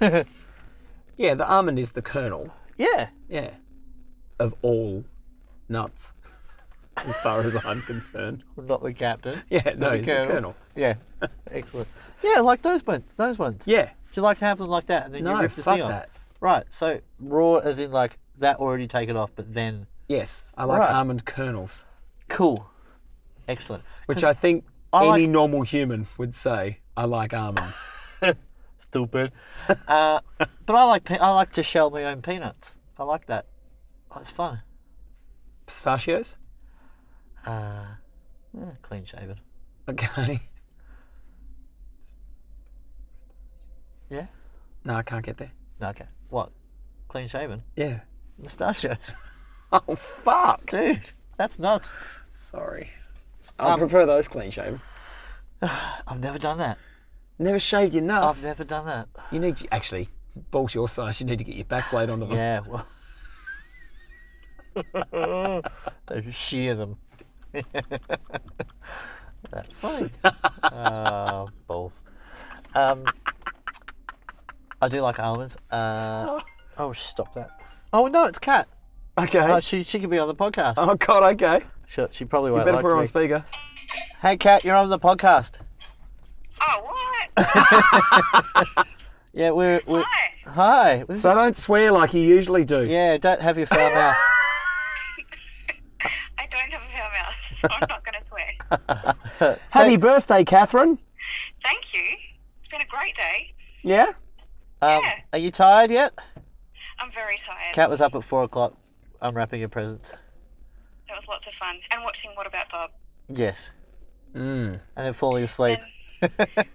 Yeah, the almond is the kernel. yeah. Yeah. Of all nuts, as far as I'm concerned. Well, not the captain. Yeah, Not no, it's the kernel. Yeah. Excellent. Yeah, like those ones. Those ones. Yeah. Do you like to have them like that? And then No, you rip the fuck thing off? that. Right. So raw, as in like that already taken off, but then Yes, I like Right. almond kernels. cool. Excellent. which I think I any like- normal human would say, I like almonds. Stupid. uh, but I like pe- I like to shell my own peanuts. I like that. That's fun. Pistachios? Uh, Yeah, clean shaven. Okay. Yeah. No, I can't get there. No, okay. What? Clean shaven? Yeah. Mustachios. Oh, fuck. Dude, that's nuts. Sorry. Um, I prefer those clean shaven. I've never done that. Never shaved your I've nuts. never done that. You need, actually, balls your size, you need to get your back blade onto them. Yeah, well. they shear them. that's funny. Oh, balls. Um, I do like almonds. Uh, oh, stop that. Oh, no, it's Kat. Okay. Oh, she, she could be on the podcast. oh, God, okay. She, she probably You won't better like put her me. on speaker. Hey, Kat, you're on the podcast. Oh, what? Yeah, we're. we're Hi. hi. This is- So don't swear like you usually do. yeah, don't have your foul mouth. I don't have a fair mouth, so I'm not going to swear. Happy birthday, Catherine. Thank you. It's been a great day. Yeah? Um, Yeah. Are you tired yet? I'm very tired. Cat was up at four o'clock unwrapping your presents. That was lots of fun. And watching What About Bob. Yes. Mm. And then falling asleep. Um, T- today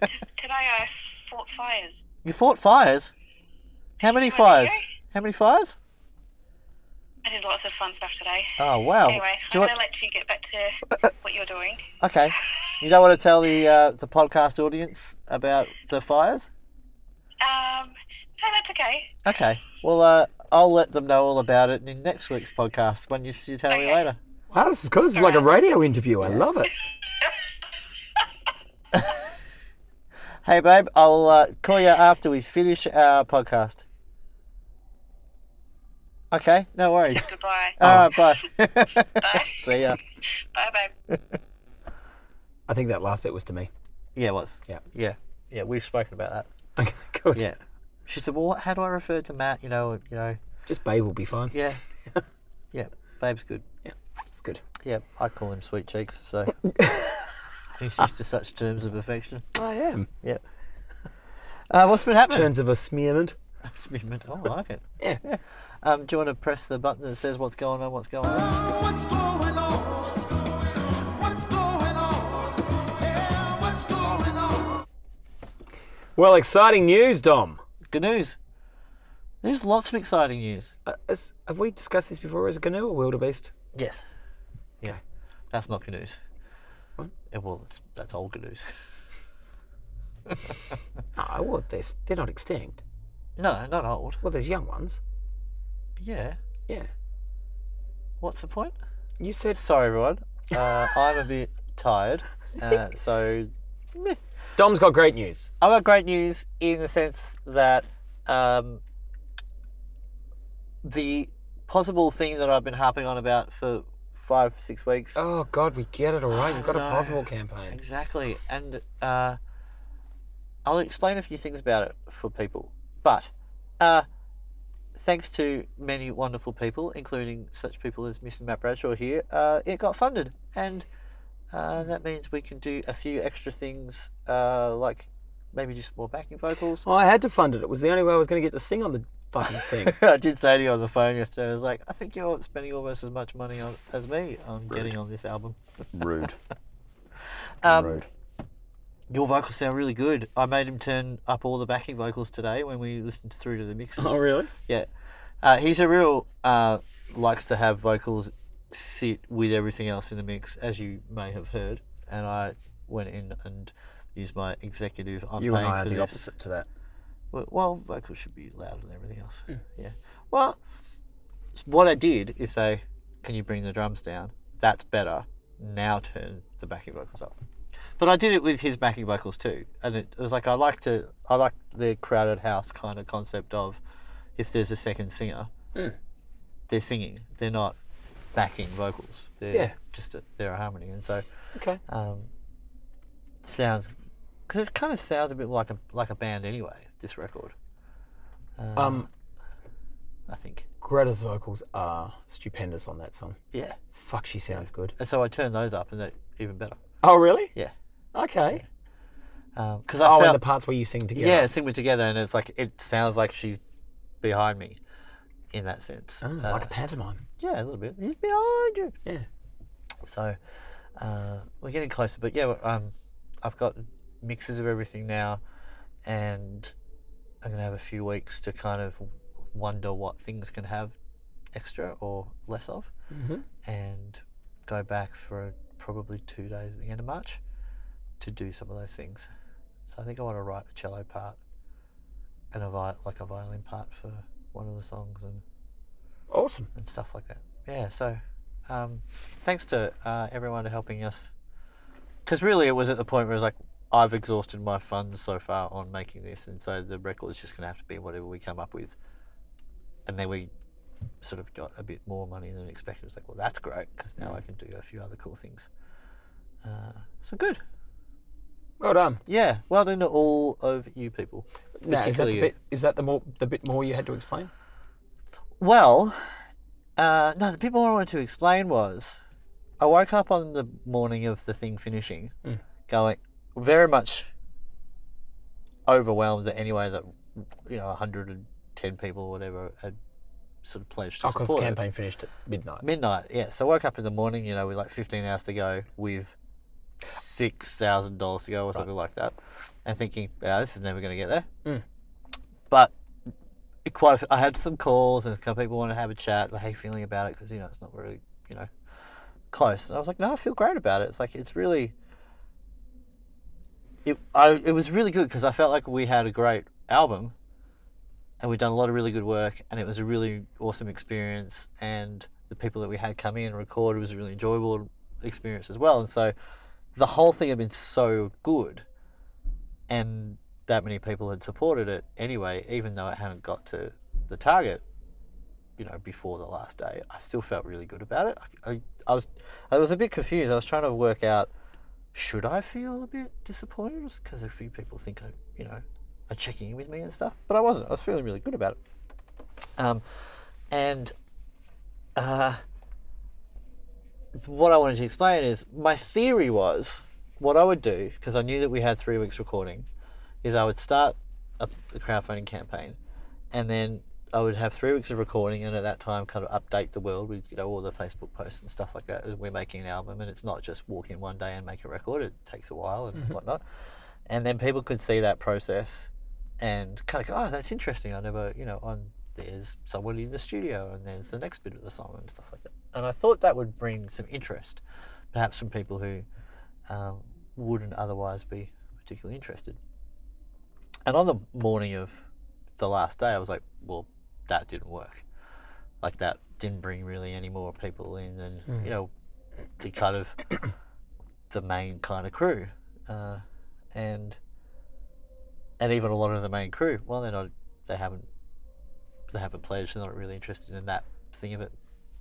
I fought fires. You fought fires? How many you see my fires? video? How many fires? I did lots of fun stuff today. Oh, wow. Anyway, Do I'm going to you want- let you get back to what you're doing. Okay. You don't want to tell the uh, the podcast audience about the fires? Um, no, that's okay. Okay. Well, uh, I'll let them know all about it in next week's podcast when you, you tell me Okay. later. Wow, this is good. This is like a radio interview. I love it. Hey, babe, I'll uh, call you after we finish our podcast. Okay, no worries. Goodbye. All right, bye. Bye. See ya. Bye, babe. I think that last bit was to me. Yeah, it was. Yeah. Yeah. Yeah, we've spoken about that. Okay, good. Yeah. She said, "Well, what, how do I refer to Matt? You know, you know, Just babe will be fine. yeah, yeah, babe's good. It's good. Yeah, I call him sweet cheeks. So he's used to such terms of affection. Oh, I Mm. am. Yeah. Uh, what's been Hmm. happening? Terms of a smearment. It's been mint- oh, I like it. Yeah. Um, do you want to press the button that says what's going on? What's going on? What's going on? What's going on? What's going on? Yeah, what's going on? Well, exciting news, Dom. Good news. There's lots of exciting news. Uh, is- have we discussed this before? Is it GNU or wildebeest? Yes. Yeah. That's not good news. What? Yeah, well, that's, that's old good news. No, well, they're, s- they're not extinct. No, not old. Well, there's young ones. Yeah. Yeah. What's the point? You said Sorry, everyone. Uh, I'm a bit tired. Uh, so Dom's got great news. I've got great news in the sense that um, the possible thing that I've been harping on about for five, six weeks. Oh God, we get it all right. You've got Oh, No. a possible campaign. Exactly. And uh, I'll explain a few things about it for people. But uh, thanks to many wonderful people, including such people as Mr. Matt Bradshaw here, uh, it got funded. And uh, that means we can do a few extra things uh, like maybe just more backing vocals. I had to fund it. It was the only way I was going to get to sing on the fucking thing. I did say to you on the phone yesterday, I was like, I think you're spending almost as much money on as me on getting on this album. Rude. Um, Rude. Your vocals sound really good. I made him turn up all the backing vocals today when we listened through to the mixes. oh really? Yeah. Uh, he's a real uh, likes to have vocals sit with everything else in the mix, as you may have heard. And I went in and used my executive. I'm You and paying I are for the this. opposite to that. Well, well, vocals should be louder than everything else. Yeah. Well, s- what I did is say, can you bring the drums down? That's better. Now turn the backing vocals up. But I did it with his backing vocals too, and it was like I like to I like the crowded house kind of concept of if there's a second singer, they're singing, they're not backing vocals. They're Yeah. just a, they're a harmony, and so Okay. um, sounds because it kind of sounds a bit like a like a band anyway. This record, Um, I think. Greta's vocals are stupendous on that song. Yeah. Fuck, she sounds good. And so I turned those up, and they're even better. Oh really? Yeah. Okay. Because Um, I Oh, and felt the parts where you sing together. yeah, sing with together, and it's like it sounds like she's behind me, in that sense. Oh, Uh, like a Ah. pantomime. yeah, a little bit. He's behind you. Yeah. So uh, we're getting closer, but yeah, we're, um, I've got mixes of everything now, and I'm gonna have a few weeks to kind of wonder what things can have extra or less of, and go back for probably two days at the end of March to do some of those things. So I think I want to write a cello part and a vi- like a violin part for one of the songs and Awesome. and stuff like that. Yeah, so um, thanks to uh, everyone helping us. Because really, it was at the point where it was like, I've exhausted my funds so far on making this, and so the record is just going to have to be whatever we come up with. And then we sort of got a bit more money than expected. It's like, well, that's great because now I can do a few other cool things. Uh, so good. Well done. Yeah, well done to all of you people. Now, is that Particularly the you. bit? Is that the more the bit more you had to explain? Oh, Well, uh, no, the bit more I wanted to explain was I woke up on the morning of the thing finishing, Hmm. going very much overwhelmed that anyway that you know 110 people or whatever had sort of pledged to Oh, because the support it. campaign finished at midnight. Midnight, yeah. So I woke up in the morning, you know, with like 15 hours to go with $6,000 to go or something like that. And thinking, yeah, this is never going to get there. But it quite, a f- I had some calls and a couple people wanted to have a chat, like, how you feeling about it? Because, you know, it's not really, you know, close. And I was like, no, I feel great about it. It's like, it's really, it, I, it was really good because I felt like we had a great album and we've done a lot of really good work and it was a really awesome experience and the people that we had come in and record it was a really enjoyable experience as well and so the whole thing had been so good and that many people had supported it anyway even though it hadn't got to the target you know before the last day i still felt really good about it i, I, I was i was a bit confused i was trying to work out should i feel a bit disappointed because a few people think i you know are checking in with me and stuff. But I wasn't. I was feeling really good about it. Um, and uh, what I wanted to explain is my theory was what I would do because I knew that we had three weeks recording is I would start a, a crowdfunding campaign and then I would have three weeks of recording and at that time kind of update the world with you know all the Facebook posts and stuff like that. We're making an album and it's not just walk in one day and make a record. It takes a while and whatnot and then people could see that process and kind of go, oh, that's interesting. I never, you know, on there's someone in the studio and there's the next bit of the song and stuff like that. And I thought that would bring some interest, perhaps from people who um, wouldn't otherwise be particularly interested. And on the morning of the last day, I was like, well, that didn't work. Like that didn't bring really any more people in, and you know, the kind of the main kind of crew, uh, and and even a lot of the main crew. Well, they're not. They haven't. They haven't played. So they're not really interested in that thing of it.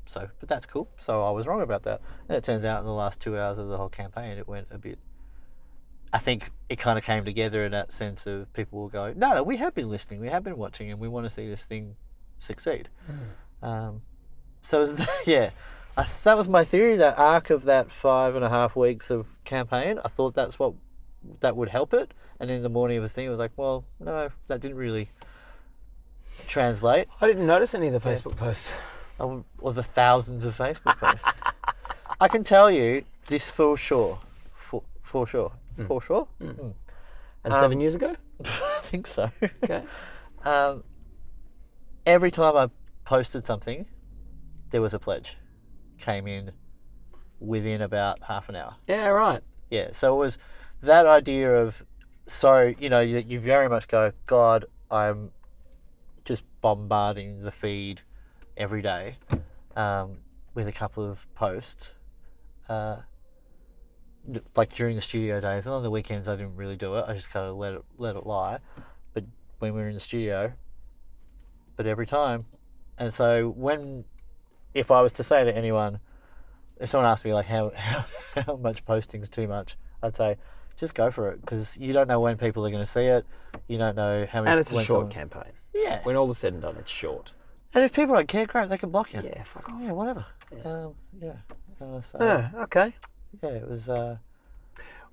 So, but that's cool. So I was wrong about that. And it turns out in the last two hours of the whole campaign, it went a bit. I think it kind of came together in that sense of people will go, no, no, we have been listening, we have been watching, and we want to see this thing succeed. Um, so it was, yeah, I, th- that was my theory. That arc of that five and a half weeks of campaign, I thought that's what that would help it. And in the morning of the thing, it was like, well, no, that didn't really translate. I didn't notice any of the Facebook posts. I w- Or the thousands of Facebook posts. I can tell you this for sure, for for sure, for sure. And seven years ago? I think so. Um, Okay. Um, every time I posted something, there was a pledge. Came in within about half an hour. Yeah, right. Yeah. So it was that idea of so you know you, you very much go God I'm just bombarding the feed every day um, with a couple of posts. Uh, d- like during the studio days and on the weekends, I didn't really do it. I just kind of let it let it lie. But when we were in the studio, but every time, and so when if I was to say to anyone, if someone asked me like how how, how much posting's too much, I'd say just go for it because you don't know when people are going to see it. You don't know how many. And it's a when short someone- campaign. Yeah. When all is said and done, it's short. And if people don't care, great, they can block you. Yeah, fuck off. Yeah, whatever. Um, yeah. Uh, so Yeah, Ah, okay. yeah, it was uh,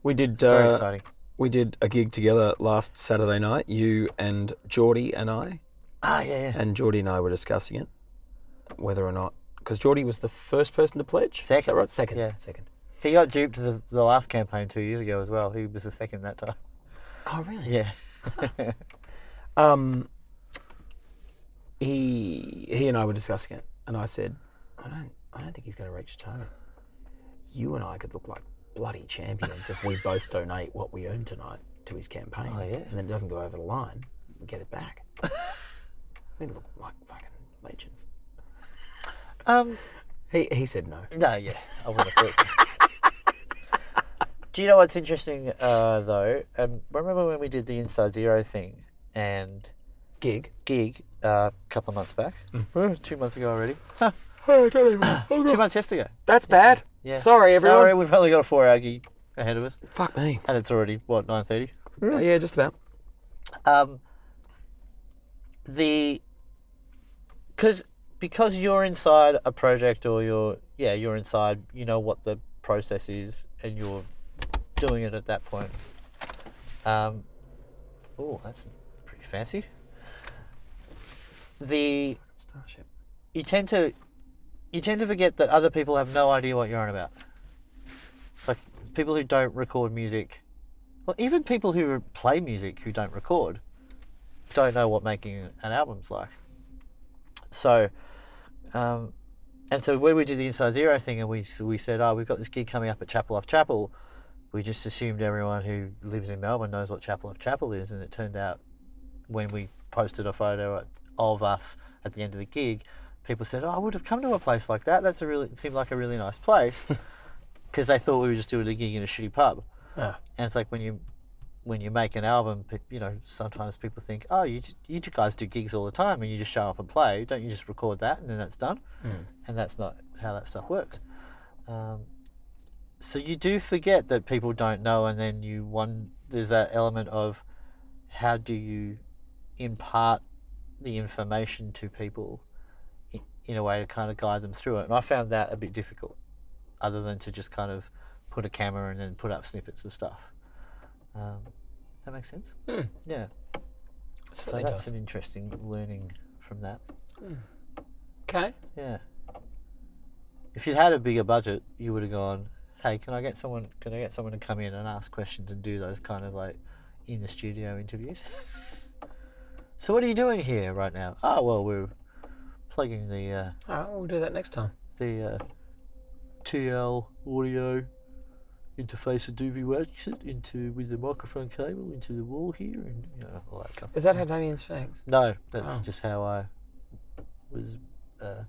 We did very uh, exciting. we did a gig together last Saturday night, you and Geordie and I. Ah, yeah, yeah. And Geordie and I were discussing it, whether or not because Geordie was the first person to pledge. Is that Second. right? Second. Yeah. Second. He got duped the, the last campaign two years ago as well. He was the second that time. Oh really? Yeah. Um, he he and I were discussing it, and I said, I don't I don't think he's going to reach target. You and I could look like bloody champions if we both donate what we earn tonight to his campaign, Oh, yeah. and then it doesn't go over the line, we get it back. we look like fucking legends. Um. He he said no. No, yeah. I would have thought. so. Do you know what's interesting uh, though? Um, remember when we did the Inside Zero thing and Gig. gig uh, a couple of months back? Uh, Two months ago already. Two months yesterday. Ah, That's bad. Yeah. Sorry, everyone. Sorry, we've only got a four-hour gig ahead of us. Fuck me. and it's already what nine thirty. Yeah, just about. Um, the because because you're inside a project or you're yeah you're inside you know what the process is and you're doing it at that point. Um, oh, that's pretty fancy. The Starship. you tend to you tend to forget that other people have no idea what you're on about. Like people who don't record music, well, even people who play music who don't record, don't know what making an album's like. So, um, and so when we did the Inside Zero thing, and we s- we said, oh, we've got this gig coming up at Chapel of Chapel. We just assumed everyone who lives in Melbourne knows what Chapel of Chapel is, and it turned out when we posted a photo at- of us at the end of the gig, people said, "Oh, I would have come to a place like that. That's a really it seemed like a really nice place," because they thought we were just doing a gig in a shitty pub. Ah. And it's like when you when you make an album, pe- you know, sometimes people think, "Oh, you j- you guys do gigs all the time, and you just show up and play. Don't you just record that and then that's done?" And that's not how that stuff works. Um, so you do forget that people don't know, and then you one there's that element of how do you impart the information to people i- in a way to kind of guide them through it. And I found that a bit difficult, other than to just kind of put a camera and then put up snippets of stuff. Um, does that make sense? Yeah. So Hmm. Certainly that's does. an interesting learning from that. Okay. Yeah. If you'd had a bigger budget, you would have gone, "Hey, can I get someone? Can I get someone to come in and ask questions and do those kind of like in the studio interviews?" So what are you doing here right now? Oh well, we're plugging the uh, All right, we'll do that next time. the uh, TL audio interface of Doobie Wax it into with the microphone cable into the wall here and you know all that stuff. Is that how Damien speaks? No, that's Oh. just how I was. Uh,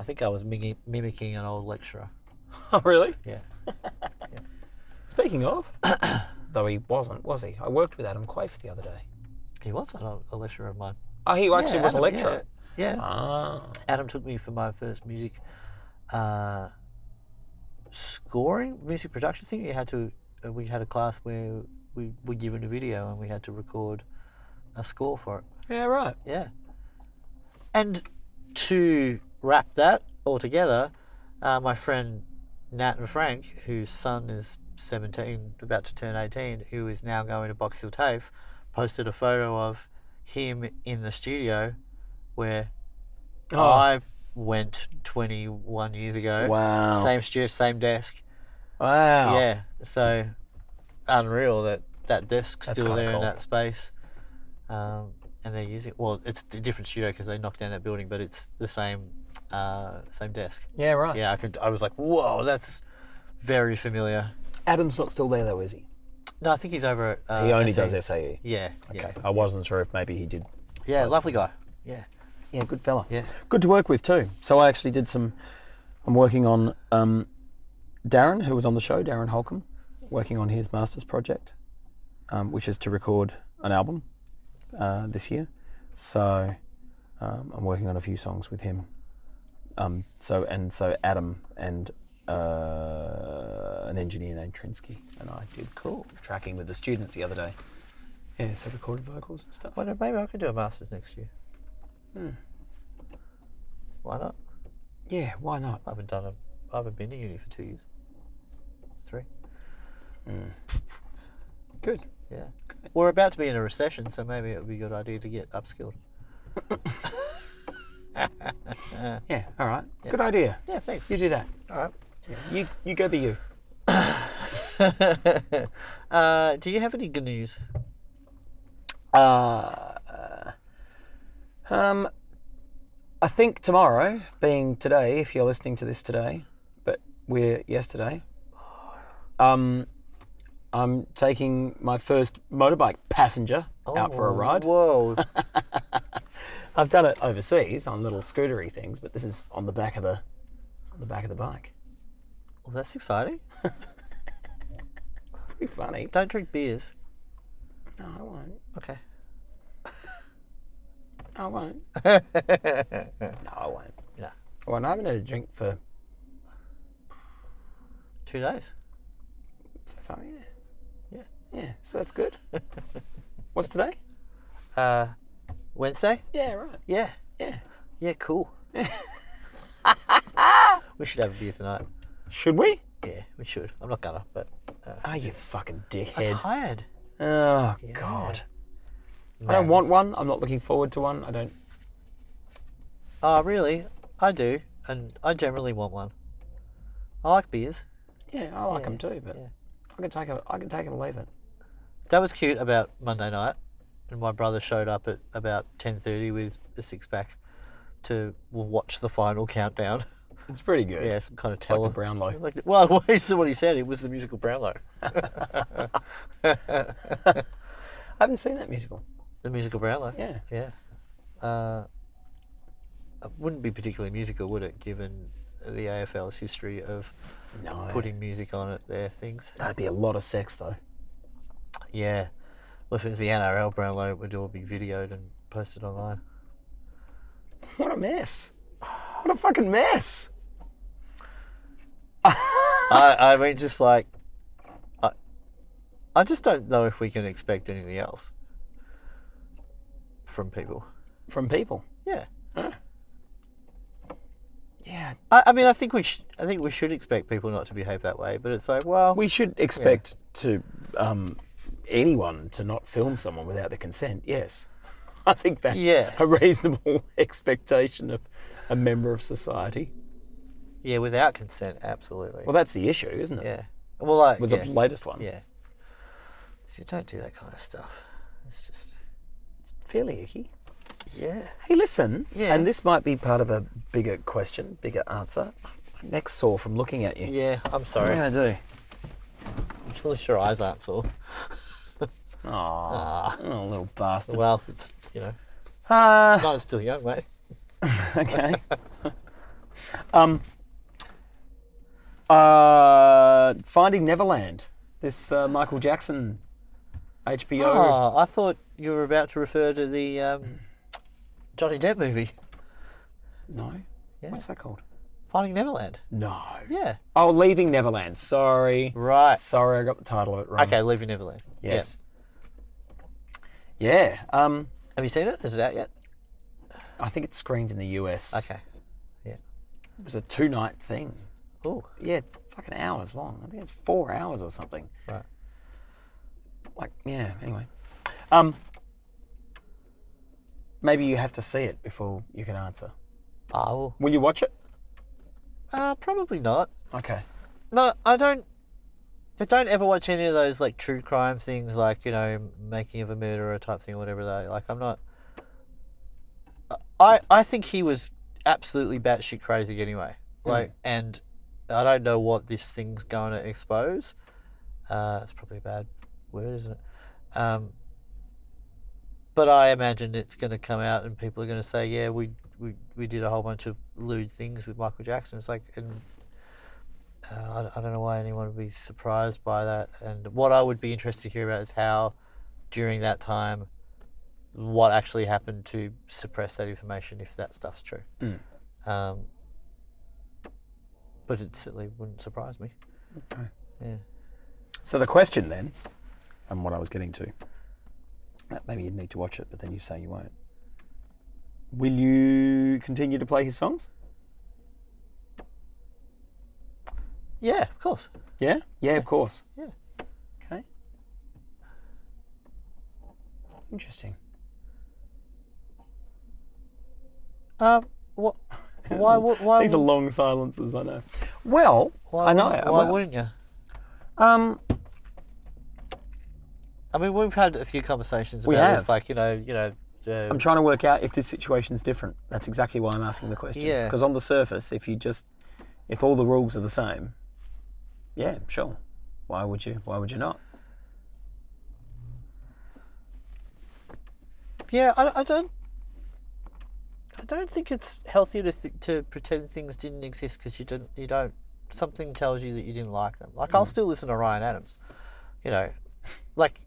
I think I was mimi- mimicking an old lecturer. Oh, really? Yeah. Speaking of, though he wasn't, was he? I worked with Adam Quaife the other day. He was an old, a lecturer of mine. Oh, he actually Yeah, was a Adam, lecturer. Yeah. yeah. Ah, Adam took me for my first music uh, scoring, music production thing. You had to, uh, we had a class where we were given a video and we had to record a score for it. yeah, right. Yeah. And to wrap that all together, uh, my friend Nat and Frank, whose son is 17, about to turn 18, who is now going to Box Hill TAFE, posted a photo of him in the studio where Oh, I went 21 years ago. Wow. Same studio, same desk. Wow. Yeah. So unreal that that desk's That's still kinda there cool. in that space. Um, and they're using well, it's a different studio because they knocked down that building, but it's the same uh, same desk. Yeah, right. Yeah, I could. I was like, whoa, that's very familiar. Adam's not still there though, is he? No, I think he's over. At, uh, He only SA. does SAE. Yeah. Yeah. Okay. I wasn't sure if maybe he did. Yeah. Lovely guy. Yeah. Yeah, good fella. Yeah. Good to work with too. So I actually did some. I'm working on um, Darren, who was on the show, Darren Holcomb, working on his master's project, um, which is to record an album uh, this year. So um, I'm working on a few songs with him. Um, so and so Adam and uh, an engineer named Trinsky and I did cool tracking with the students the other day. Yeah, so recorded vocals and stuff. Well, then maybe I could do a masters next year. Why not? Yeah, why not? I haven't done a. I haven't been to uni for two years. Three. Good. Yeah. We're about to be in a recession, so maybe it would be a good idea to get upskilled. Yeah, all right. Good idea. Yeah, thanks. You do that. All right. You you go be you. Uh, do you have any good news? Uh, um, I think tomorrow, being today, if you're listening to this today, but we're yesterday. Um, I'm taking my first motorbike passenger out for a ride. Whoa. I've done it overseas on little scootery things, but this is on the back of the on the back of the bike. Well, Oh, that's exciting. Pretty funny. Don't drink beers. No, I won't. Okay. I won't. no, I won't. Yeah. Well, and I haven't had a drink for Two days. so far. Yeah. Yeah. Yeah. So that's good. What's today? Uh, Wednesday? Yeah. Right. Yeah. Yeah. Yeah, cool. we should have a beer tonight. Should we? Yeah, we should. I'm not gonna, but Oh, you fucking I'm dickhead. tired. Oh God. I don't Mans. want one. I'm not looking forward to one. I don't. Oh, really? I do, and I generally want one. I like beers. Yeah, I like them too, but yeah. I can take a, I can take it or leave it. That was cute about Monday night, and my brother showed up at about ten thirty with a six pack to watch the final countdown. It's pretty good. Yeah, some kind of Like tele. the Brownlow. Like the- well, this is what he said. It was the musical Brownlow. I haven't seen that musical. The musical Brownlow. Yeah. Yeah. Uh, it wouldn't be particularly musical, would it? Given the AFL's history of No. putting music on at their things. That'd be a lot of sex though. Yeah. Well, if it was the NRL Brownlow, it would all be videoed and posted online. What a mess. What a fucking mess. I, I mean, just like, I, I just don't know if we can expect anything else from people. From people. Yeah. Yeah. I, I mean, I think we sh- I think we should expect people not to behave that way, but it's like, well, We should expect to um, anyone to not film someone without their consent. Yes, I think that's Yeah. a reasonable expectation of a member of society. yeah, without consent, absolutely. Well, that's the issue, isn't it? yeah. Well, like, With yeah. the latest one, yeah. So don't do that kind of stuff. It's just, fairly icky. Yeah. Hey, listen, Yeah. and this might be part of a bigger question, bigger answer. My neck's sore from looking at you. Yeah, I'm What am I sorry. going to At least your eyes aren't sore. do? Aw, oh, little bastard. Ah. Well, it's, you know, Ah, no, it's still young, mate. okay. um, uh, Finding Neverland, this uh, Michael Jackson HBO. Oh, I thought you were about to refer to the um, Johnny Depp movie, No. What's that called? Finding Neverland. No. Yeah. Oh, Leaving Neverland. Sorry. Right. Sorry, I got the title of it wrong. Okay, Leaving Neverland. Yeah. Yes. Yeah. Um, Have you seen it? Is it out yet? I think it screened in the US. Okay. It was a two night thing. Ooh. Yeah, fucking hours long. I think it's four hours or something. Right. Like, yeah, anyway. Um, maybe you have to see it before you can answer. I will. Will you watch it? Uh, probably not. Okay. No, I don't. I don't ever watch any of those like true crime things, like you know, making of a murderer type thing, or whatever. Though, like I'm not. I I think he was absolutely batshit crazy anyway. Like, and I don't know what this thing's going to expose. Uh, it's probably a bad word, isn't it? Um, but I imagine it's going to come out, and people are going to say, "Yeah, we, we we did a whole bunch of lewd things with Michael Jackson." It's like, and uh, I, I don't know why anyone would be surprised by that. And what I would be interested to hear about is how, during that time, what actually happened to suppress that information if that stuff's true. Hmm. Um, but it certainly wouldn't surprise me. So the question then, and what I was getting to, that maybe you'd need to watch it, but then you say you won't. Will you continue to play his songs? Yeah, of course. Yeah? Yeah, of course. Yeah. Okay. Interesting. Um, what? Why? wo- Why? These are wo- long silences, I know. Well, why I know. wouldn't- Why well, wouldn't you? um, I mean, we've had a few conversations about We this, have. like you know, you know. Uh, I'm trying to work out if this situation's different. That's exactly why I'm asking the question. Yeah. Because on the surface, if you just, if all the rules are the same, yeah, sure. Why would you? Why would you not? yeah, I, I don't. I don't think it's healthy to th- to pretend things didn't exist because you didn't. You don't. Something tells you that you didn't like them. Like I'll still listen to Ryan Adams, you know, like,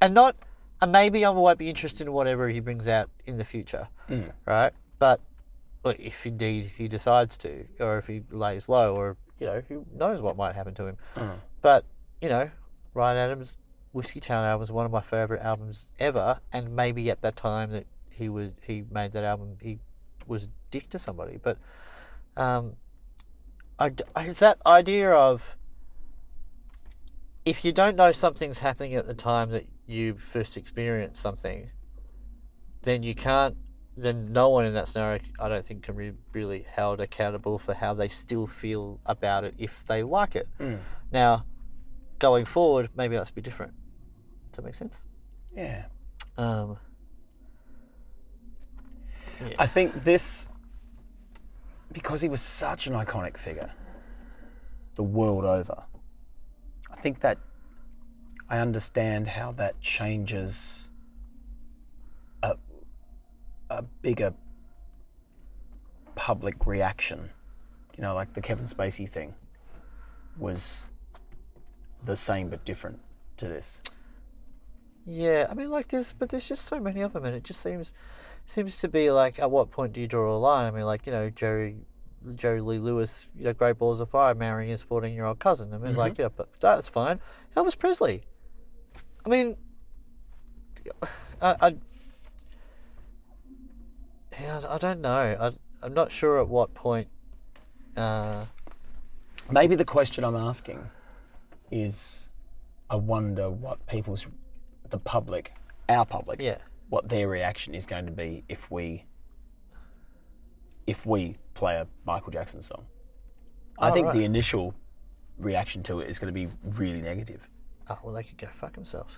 and not. And maybe I won't be interested in whatever he brings out in the future, right? But well, if indeed he decides to, or if he lays low, or you know, who knows what might happen to him. But you know, Ryan Adams' Whiskey Town album is one of my favorite albums ever, and maybe at that time that he was he made that album, he was a dick to somebody. But um, I, d- I- it's that idea of if you don't know something's happening at the time that you first experience something, then you can't. Then no one in that scenario, I don't think, can be really held accountable for how they still feel about it if they like it. Now, going forward, maybe that's be different. Does that make sense? Yeah. Um, I think this, because he was such an iconic figure the world over, I think that I understand how that changes a, a bigger public reaction. You know, like the Kevin Spacey thing was the same but different to this. yeah, I mean, like there's, but there's just so many of them, and it just seems, seems to be like, at what point do you draw a line? I mean, like you know, Jerry, Jerry Lee Lewis, you know, Great Balls of Fire, marrying his 14 year old cousin. I mean, like yeah, but that's fine. Elvis Presley. I mean, I, I, yeah, I don't know. I, I'm not sure at what point. Uh, Maybe the question I'm asking is I wonder what people's, the public, our public, yeah. what their reaction is going to be if we, if we play a Michael Jackson song. I Oh, think the right. initial reaction to it is going to be really negative. Oh well, they could go fuck themselves.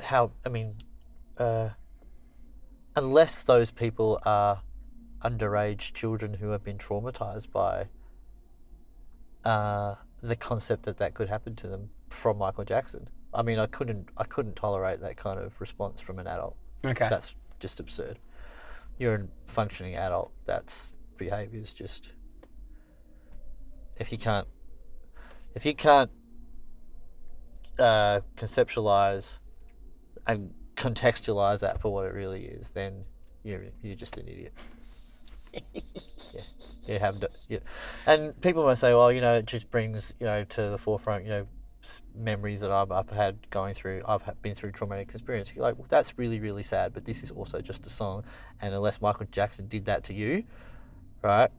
How? I mean, uh, unless those people are underage children who have been traumatized by uh, the concept that that could happen to them from Michael Jackson. I mean, I couldn't, I couldn't tolerate that kind of response from an adult. okay. That's just absurd. You're a functioning adult. That's behavior is just if you can't if you can't uh, conceptualize and contextualize that for what it really is, then you're you're just an idiot. yeah, you have no, yeah. and people might say, well, you know, it just brings you know to the forefront, you know, s- memories that I've, I've had going through, I've ha- been through traumatic experience. You're like, well, that's really really sad, but this is also just a song, and unless Michael Jackson did that to you, right?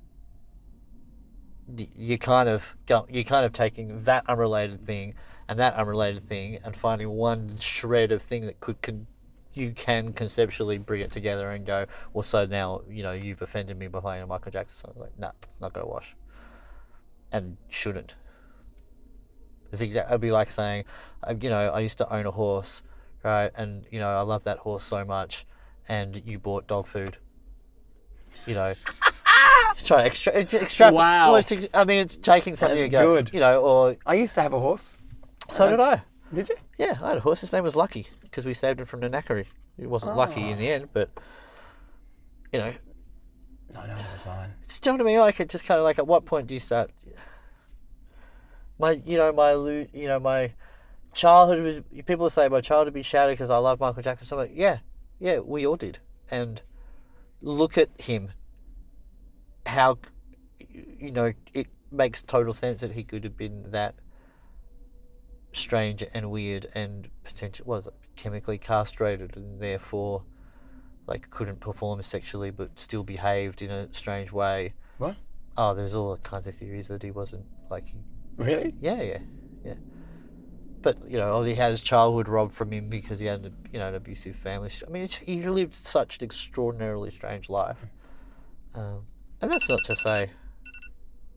y- you kind of go, you kind of taking that unrelated thing and that unrelated thing and finding one shred of thing that could, could you can conceptually bring it together and go well so now you know you've offended me by playing a Michael Jackson song. It's like nah, not gonna wash, and shouldn't. It's exact. It'd be like saying, uh, you know, I used to own a horse, right? And you know, I love that horse so much, and you bought dog food. You know, it's trying to extra, it's extra. Wow. well, it's ex- I mean, it's taking something That's and go, good. You know, or I used to have a horse. so did I. Did you? Yeah, I had a horse. His name was Lucky because we saved him from the knackery. It wasn't lucky Ah. in the end, but you know, No, no, it was mine. it's jumping to me like it just kind of like at what point do you start my you know my lu- you know my childhood was people say my childhood be shattered because I love Michael Jackson so much yeah yeah we all did and look at him how you know it makes total sense that he could have been that strange and weird and potential was it chemically castrated and therefore like couldn't perform sexually but still behaved in a strange way. What? Oh, there's all kinds of theories that he wasn't like he- Really? yeah, yeah, yeah. But you know, oh, he had his childhood robbed from him because he had an, you know an abusive family. I mean, it's, he lived such an extraordinarily strange life. Um, and that's not to say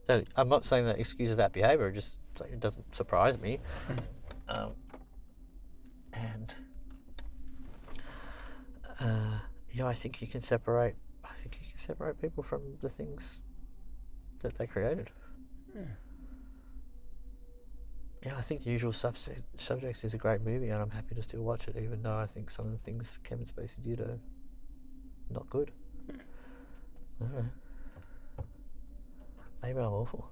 that I'm not saying that excuses that behavior. It just it's like, it doesn't surprise me. Um, and uh, you know, I think you can separate. I think you can separate people from the things that they created. Yeah, I think The Usual Subse- Subjects is a great movie, and I'm happy to still watch it, even though I think some of the things Kevin Spacey did are not good. I don't know. Maybe I'm awful.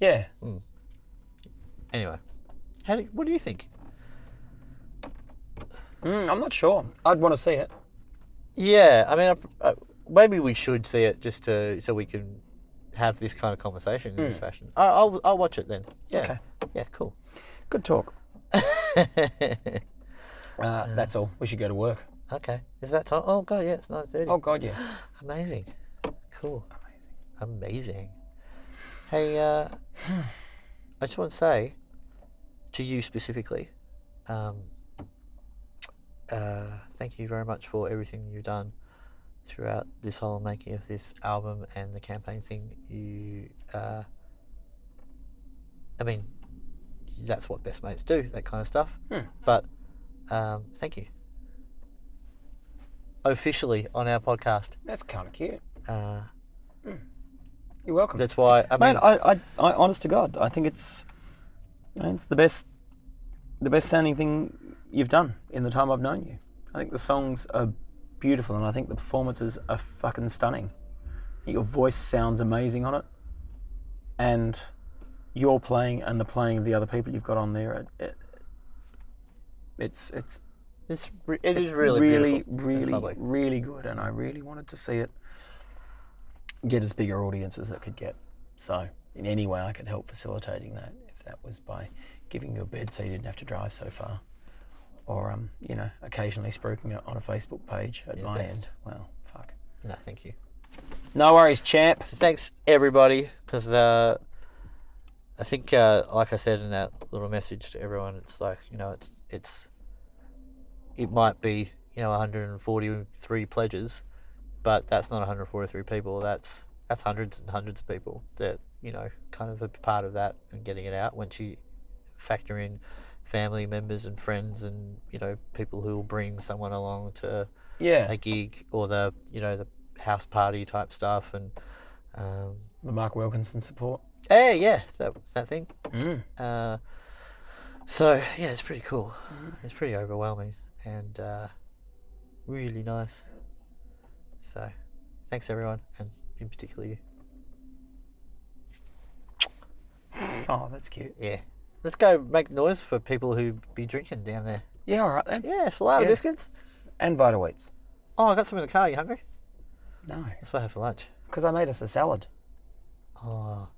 Yeah. Anyway, how do, what do you think? Mm, I'm not sure. I'd want to see it. Yeah, I mean, I, I, maybe we should see it just to so we can have this kind of conversation in this fashion. I, I'll I'll watch it then. Yeah. Okay. Yeah. Cool. Good talk. Uh, Mm. that's all. We should go to work. okay. Is that time? Oh god, yeah, it's nine thirty. Oh God, yeah. Amazing. Cool. Amazing. Amazing. Hey, uh, I just want to say to you specifically, um, uh, thank you very much for everything you've done throughout this whole making of this album and the campaign thing. You, uh, I mean, that's what best mates do, that kind of stuff. But um, thank you. Officially on our podcast, That's kind of cute. uh, You're welcome. that's why I mean, Man, I, I, I, honest to God, I think it's, it's the best, the best sounding thing you've done in the time I've known you. I think the songs are beautiful, and I think the performances are fucking stunning. Your voice sounds amazing on it, and your playing and the playing of the other people you've got on there, it, it, it's it's it's, re- it is really, really, beautiful. It's really, lovely. really good, and I really wanted to see it get as big an audience as it could get. So, in any way I could help facilitating that, if that was by giving you a bed so you didn't have to drive so far, or um, you know, occasionally spruiking it on a Facebook page at my best. end. Well, fuck. No, thank you. No worries, champ. So thanks everybody, because uh, I think, uh, like I said in that little message to everyone, it's like you know, it's it's it might be you know 143 pledges, but that's not 143 people. That's that's hundreds and hundreds of people that you know, kind of a part of that and getting it out once you factor in family members and friends and, you know, people who will bring someone along to Yeah. a gig or the, you know, the house party type stuff and um, The Mark Wilkinson support. Hey, yeah, that that thing. Uh, so yeah, it's pretty cool. It's pretty overwhelming and uh, really nice. So, thanks everyone, and in particular you. Oh, that's cute. Yeah, let's go make noise for people who be drinking down there. Yeah, all right then. Yeah, salada Yeah. biscuits. And Vita Wheats. Oh, I got some in the car. You hungry? No, That's what I had for lunch. because I made us a salad. Oh,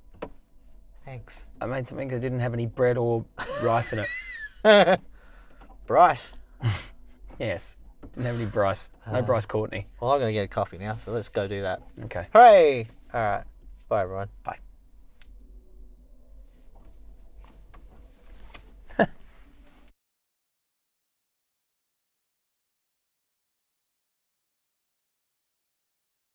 thanks, I made something that didn't have any bread or rice in it. Bryce. Yes. Didn't have any Bryce. No Bryce Courtney. Well, I'm gonna get a coffee now, so let's go do that. Okay. Hooray! All right, bye everyone. Bye.